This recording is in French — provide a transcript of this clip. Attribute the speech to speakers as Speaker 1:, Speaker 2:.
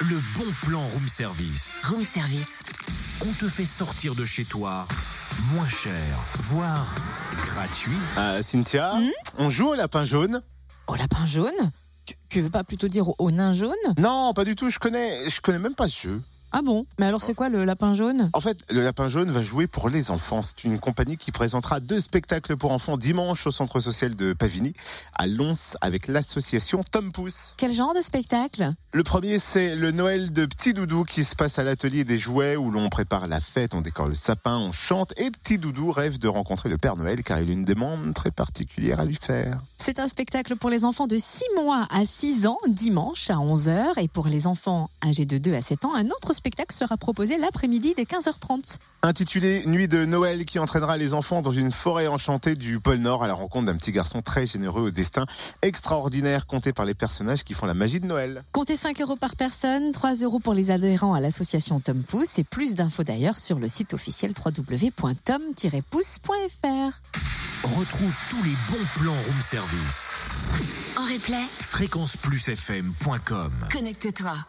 Speaker 1: Le bon plan room service.
Speaker 2: Room service.
Speaker 1: On te fait sortir de chez toi moins cher, voire gratuit.
Speaker 3: Euh, Cynthia, on joue au lapin jaune
Speaker 2: Au lapin jaune Tu- Tu veux pas plutôt dire au- au nain jaune
Speaker 3: Non, pas du tout, je connais, je connais même pas ce jeu.
Speaker 2: Ah bon Mais alors c'est quoi le lapin jaune
Speaker 3: En fait, le lapin jaune va jouer pour les enfants. C'est une compagnie qui présentera deux spectacles pour enfants dimanche au centre social de Pavigny, à Lons, avec l'association Tom Pouce.
Speaker 2: Quel genre de spectacle
Speaker 3: Le premier, c'est le Noël de Petit Doudou qui se passe à l'atelier des jouets où l'on prépare la fête, on décore le sapin, on chante et Petit Doudou rêve de rencontrer le Père Noël car il a une demande très particulière à lui faire.
Speaker 2: C'est un spectacle pour les enfants de 6 mois à 6 ans, dimanche à 11h. Et pour les enfants âgés de 2 à 7 ans, un autre spectacle sera proposé l'après-midi dès 15h30.
Speaker 3: Intitulé Nuit de Noël qui entraînera les enfants dans une forêt enchantée du pôle Nord à la rencontre d'un petit garçon très généreux au destin extraordinaire compté par les personnages qui font la magie de Noël.
Speaker 2: Comptez 5 euros par personne, 3 euros pour les adhérents à l'association Tom Pouce. Et plus d'infos d'ailleurs sur le site officiel www.tom-pouce.fr.
Speaker 1: Retrouve tous les bons plans room service.
Speaker 4: En replay,
Speaker 1: Fréquenceplusfm.com
Speaker 4: connecte-toi.